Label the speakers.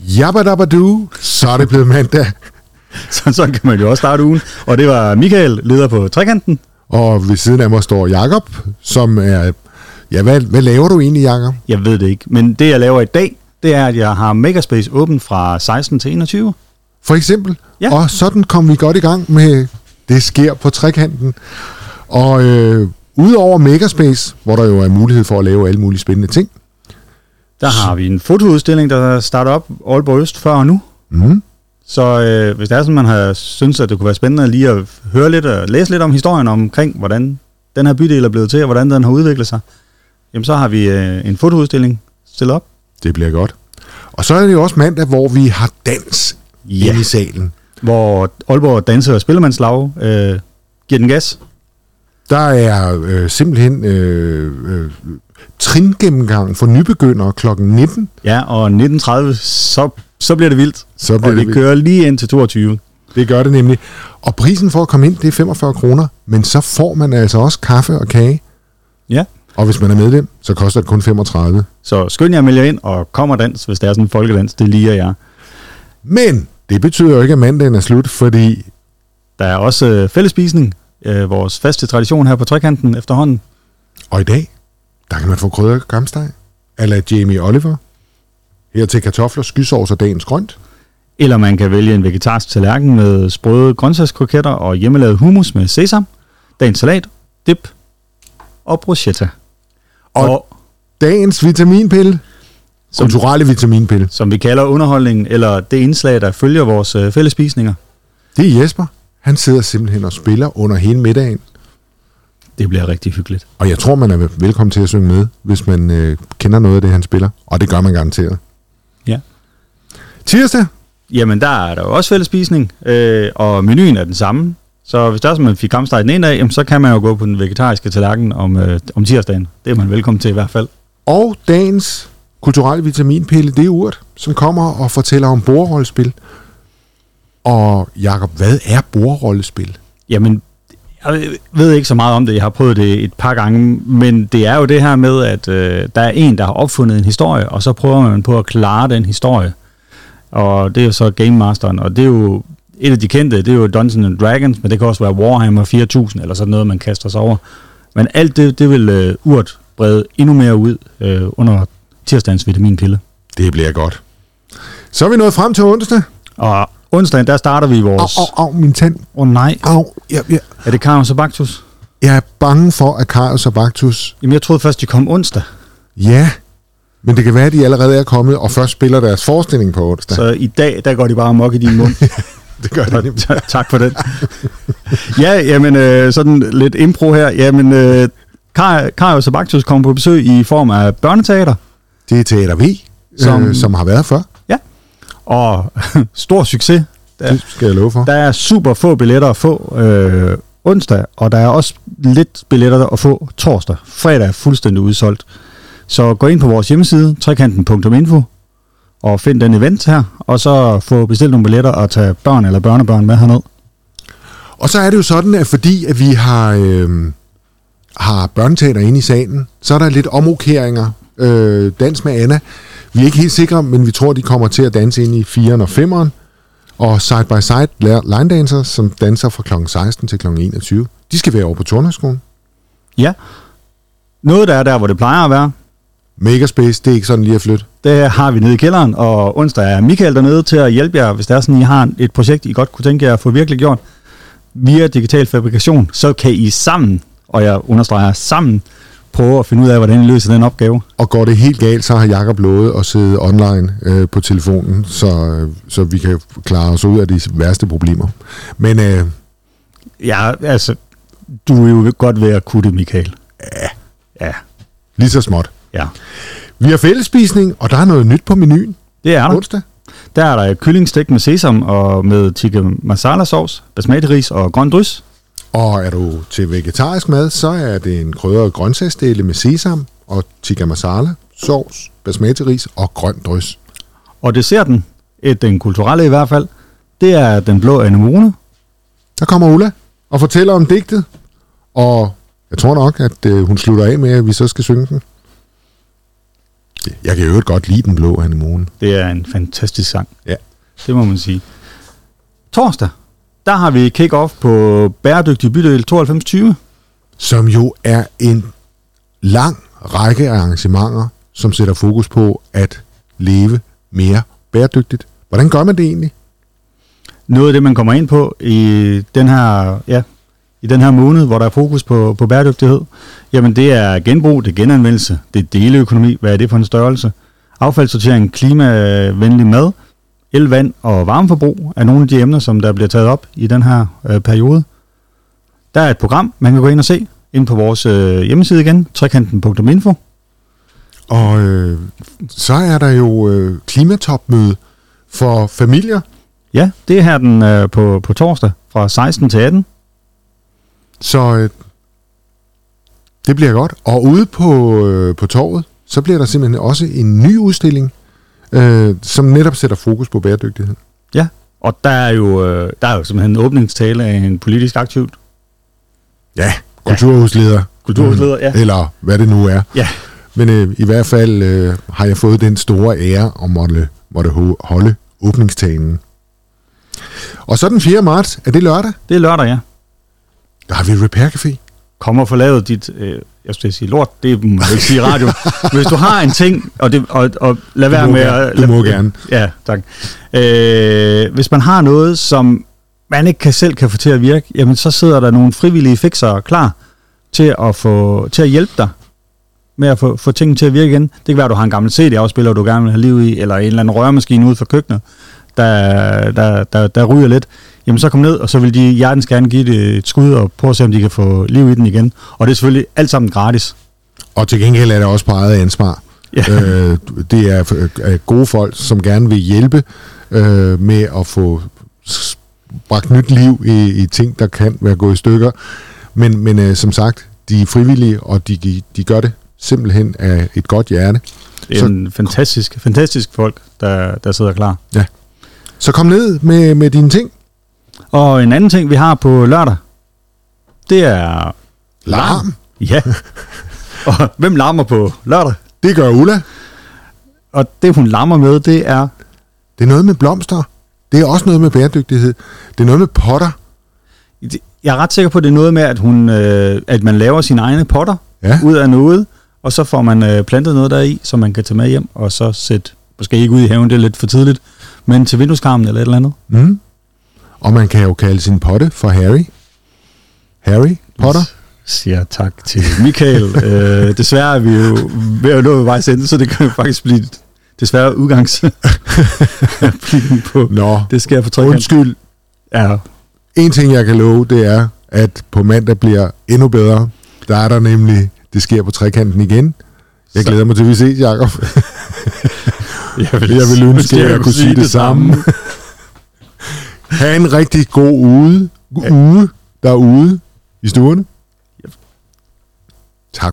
Speaker 1: Jabadabadu, så er det blevet mandag.
Speaker 2: Sådan, sådan kan man jo også starte ugen. Og det var Michael, leder på Trekanten.
Speaker 1: Og ved siden af mig står Jakob, som er... Ja, hvad, hvad laver du egentlig, Jakob?
Speaker 2: Jeg ved det ikke, men det jeg laver i dag, det er, at jeg har Makerspace åben fra 16 til 21.
Speaker 1: For eksempel.
Speaker 2: Ja.
Speaker 1: Og sådan kom vi godt i gang med Det sker på trekanten. Og øh, udover Makerspace, hvor der jo er mulighed for at lave alle mulige spændende ting,
Speaker 2: Der har vi en fotoudstilling, der starter op Aalborg Øst før og nu.
Speaker 1: Mhm.
Speaker 2: Så øh, hvis det er sådan, man har synes, at det kunne være spændende lige at høre lidt og læse lidt om historien omkring, hvordan den her bydel er blevet til, og hvordan den har udviklet sig, jamen så har vi øh, en fotoudstilling stillet op.
Speaker 1: det bliver godt. Og så er det jo også mandag, hvor vi har dans
Speaker 2: Ja.
Speaker 1: inde i salen.
Speaker 2: hvor Aalborg Danse- og Spillemandslag øh, giver den gas.
Speaker 1: Der er øh, simpelthen øh, øh, tringennemgang for nybegyndere kl. 19.
Speaker 2: Ja, og 19.30, så, så bliver det vildt.
Speaker 1: Så bliver
Speaker 2: og
Speaker 1: det
Speaker 2: det
Speaker 1: vildt.
Speaker 2: kører lige ind til 22.
Speaker 1: Det gør det nemlig. Og prisen for at komme ind, det er 45 kroner, men så får man altså også kaffe og kage.
Speaker 2: Ja,
Speaker 1: Og hvis man er medlem, så koster det kun 35.
Speaker 2: så skynd jer at melde jer ind og kom og dans, hvis det er sådan en folkedans. Det liger jeg.
Speaker 1: Men det betyder jo ikke, at mandagen er slut, fordi
Speaker 2: Der er også øh, fællespisning, øh, vores faste tradition her på trekanten efterhånden.
Speaker 1: og i dag, der kan man få krydder gamsteg, eller Jamie Oliver, her til kartofler, skysovs og dagens grønt.
Speaker 2: Eller man kan vælge en vegetarsk tallerken med sprøde grøntsagskroketter og hjemmelavet hummus med sesam, dagens salat, dip og bruschetta.
Speaker 1: Og- Dagens vitaminpille,
Speaker 2: Som-
Speaker 1: kulturelle vitaminpille,
Speaker 2: som vi kalder underholdningen, eller det indslag, der følger vores øh, fællesspisninger.
Speaker 1: det er Jesper. Han sidder simpelthen og spiller under hele middagen.
Speaker 2: Det bliver rigtig hyggeligt.
Speaker 1: Og jeg tror, man er velkommen til at synge med, hvis man øh, kender noget af det, han spiller. Og det gør man garanteret.
Speaker 2: Ja.
Speaker 1: Tirsdag,
Speaker 2: Jamen, der er der jo også fællesspisning, øh, og menuen er den samme. Så hvis der er, som man fik kamsteg den ene dag, jamen, så kan man jo gå på den vegetariske tallerken om, øh, om tirsdagen. Det er man velkommen til i hvert fald.
Speaker 1: Og dagens kulturelle vitaminpille, det er Urt, som kommer og fortæller om bordrollespil. Og Jakob, hvad er bordrollespil?
Speaker 2: Jamen, jeg ved ikke så meget om det. Jeg har prøvet det et par gange, men det er jo det her med, at øh, der er en, der har opfundet en historie, og så prøver man på at klare den historie. Og det er jo så Game Masteren, og det er jo et af de kendte, det er jo Dungeons and Dragons, men det kan også være Warhammer 4000 eller sådan noget, man kaster sig over. Men alt det, det vil øh, urt brede endnu mere ud øh, under tirsdagens vitaminpille.
Speaker 1: Det bliver godt. Så er vi nået frem til onsdag.
Speaker 2: Og onsdagen, der starter vi
Speaker 1: Au,
Speaker 2: vores... Åh oh,
Speaker 1: au, au, min tand.
Speaker 2: oh. oh, nej,
Speaker 1: Au, jeg, jeg,
Speaker 2: er det Carlos og Bactus?
Speaker 1: jeg er bange for, at Karius og Baktus,
Speaker 2: Jamen jeg troede først, de kom onsdag.
Speaker 1: ja, men det kan være, at de allerede er kommet og først spiller deres forestilling på onsdag. Så.
Speaker 2: Så i dag, der går de bare amok i din mund.
Speaker 1: Det gør de
Speaker 2: Og
Speaker 1: nemlig.
Speaker 2: ta- tak for den. ja, jamen, øh, sådan lidt impro her. Jamen, øh, Kar- Karius og Baktus kom på besøg i form af børneteater.
Speaker 1: Det er Teater V, som, øh,
Speaker 2: Som-
Speaker 1: som har været før.
Speaker 2: Ja. Og stor succes. Der,
Speaker 1: Det skal jeg love for.
Speaker 2: der er super få billetter at få øh, onsdag, og der er også lidt billetter at få torsdag. Fredag er fuldstændig udsolgt. Så gå ind på vores hjemmeside, trekanten.info, og find den event her, og så få bestilt nogle billetter og tage børn eller børnebørn med herned.
Speaker 1: Og så er det jo sådan, at fordi at vi har, øh, har børneteater inde i salen, så er der lidt omrokeringer. Øh, dans med Anna. Vi er ikke helt sikre, men vi tror, de kommer til at danse ind i 4'eren og 5'eren. Og Side by Side lærer line dancer, som danser fra kl. 16 til kl. 21. De skal være over på Tornhøjskolen.
Speaker 2: Ja. Noget, der er der, hvor det plejer at være,
Speaker 1: Makerspace, det er ikke sådan lige at flytte.
Speaker 2: det har vi nede i kælderen, og onsdag er Michael dernede til at hjælpe jer, hvis der er sådan, I har et projekt, I godt kunne tænke jer at få virkelig gjort via digital fabrikation, så kan I sammen, og jeg understreger sammen, prøve at finde ud af, hvordan I løser den opgave.
Speaker 1: Og går det helt galt, så har Jakob lovet at sidde online øh, på telefonen, så, øh, så vi kan klare os ud af de værste problemer. Men øh,
Speaker 2: Ja, altså, du er jo godt ved at kunne det, Michael. Ja. Ja,
Speaker 1: lige så småt.
Speaker 2: ja.
Speaker 1: Vi har fællesspisning, og der er noget nyt på menuen
Speaker 2: Det er der.
Speaker 1: onsdag.
Speaker 2: Der er der kyllingstik med sesam og med tikka masala sovs, basmati ris og grøn drys.
Speaker 1: Og er du til vegetarisk mad, så er det en krydret grøntsagsdele med sesam og tikka masala, sovs, basmati ris og grøn drys.
Speaker 2: Og desserten, et, den kulturelle i hvert fald, det er den blå anemone,
Speaker 1: Der kommer Ulla og fortæller om digtet, og jeg tror nok, at øh, hun slutter af med, at vi så skal synge den. Jeg kan jo godt lide den blå anemone.
Speaker 2: Det er en fantastisk sang.
Speaker 1: Ja.
Speaker 2: Det må man sige. Torsdag, der har vi kick-off på Bæredygtig Bydel 9220.
Speaker 1: Som jo er en lang række af arrangementer, som sætter fokus på at leve mere bæredygtigt. Hvordan gør man det egentlig?
Speaker 2: Noget af det, man kommer ind på i den her, ja, i den her måned, hvor der er fokus på, på bæredygtighed, jamen det er genbrug, det er genanvendelse, det er deleøkonomi, hvad er det for en størrelse? Affaldssortering, klimavenlig mad, el, vand og varmeforbrug er nogle af de emner, som der bliver taget op i den her øh, periode. Der er et program, man kan gå ind og se, ind på vores øh, hjemmeside igen, trekanten.info.
Speaker 1: Og øh, så er der jo øh, klimatopmøde for familier.
Speaker 2: Ja, det er her den øh, på, på torsdag fra 16 til 18.
Speaker 1: Så øh, det bliver godt. Og ude på, øh, på torvet, så bliver der simpelthen også en ny udstilling, øh, som netop sætter fokus på bæredygtighed.
Speaker 2: Ja, og der er jo, øh, der er jo simpelthen en åbningstale af en politisk aktiv
Speaker 1: Ja, kulturhusleder. Mm.
Speaker 2: kulturhusleder. Ja.
Speaker 1: Eller hvad det nu er.
Speaker 2: ja,
Speaker 1: Men øh, i hvert fald øh, har jeg fået den store ære at måtte, måtte ho- holde åbningstalen. Og så den 4. marts, er det lørdag,
Speaker 2: det er lørdag, ja.
Speaker 1: der har vi Repair Café.
Speaker 2: Kom og få lavet dit, øh, jeg skulle til at sige lort, det må man ikke sige i radio. Hvis du har en ting, og, det, og, og lad være
Speaker 1: må
Speaker 2: med
Speaker 1: gerne.
Speaker 2: at...
Speaker 1: Du
Speaker 2: lad-
Speaker 1: må gerne.
Speaker 2: Ja, tak. Øh, hvis man har noget, som man ikke kan selv kan få til at virke, jamen så sidder der nogle frivillige fixere klar til at, få, til at hjælpe dig med at få, få tingene til at virke igen. Det kan være, at du har en gammel CD-afspiller, du gerne vil have liv i, eller en eller anden rørmaskine ude for køkkenet, der, der, der, der ryger lidt. Jamen så kom ned, og så vil de hjertens gerne give det et skud og prøve at se, om de kan få liv i den igen. Og det er selvfølgelig alt sammen gratis.
Speaker 1: Og til gengæld er det også på eget ansvar.
Speaker 2: Ja.
Speaker 1: Øh, det er øh, øh, gode folk, som gerne vil hjælpe øh, med at få s- bragt nyt liv i, i ting, der kan være gået i stykker. Men, men øh, som sagt, de er frivillige, og de, de, de gør det simpelthen af et godt hjerte.
Speaker 2: Det er
Speaker 1: Så-
Speaker 2: en fantastisk, fantastisk folk, der, der sidder klar.
Speaker 1: Så kom ned med, med dine ting.
Speaker 2: Og en anden ting, vi har på lørdag, det er...
Speaker 1: Larm.
Speaker 2: Ja. og hvem larmer på lørdag?
Speaker 1: Det gør Ulla.
Speaker 2: Og det, hun larmer med, det er...
Speaker 1: Det er noget med blomster. Det er også noget med bæredygtighed. Det er noget med potter.
Speaker 2: Jeg er ret sikker på, at det er noget med, at, hun, øh, at man laver sine egne potter
Speaker 1: Ja.
Speaker 2: ud af noget, og så får man øh, plantet noget deri, som man kan tage med hjem, og så sætte, måske ikke ud i haven, det er lidt for tidligt, men til vindueskarmen eller et eller andet.
Speaker 1: Mm. Og man kan jo kalde sin potte for Harry. Harry Potter.
Speaker 2: Siger tak til Michael. øh, desværre er vi jo ved at nå ved vejs ende, så det kan jo faktisk blive desværre udgangs på.
Speaker 1: Nå,
Speaker 2: Det sker på trekant.
Speaker 1: undskyld.
Speaker 2: Ja,
Speaker 1: En ting, jeg kan love, det er, at på mandag bliver endnu bedre. Der er der nemlig, det sker på trekanten igen. Jeg
Speaker 2: Så-
Speaker 1: glæder mig til, at vi ses, Jacob.
Speaker 2: jeg
Speaker 1: Jeg ville ønske, at jeg kunne sige det samme. ha' en rigtig god uge, uge derude i stuerne.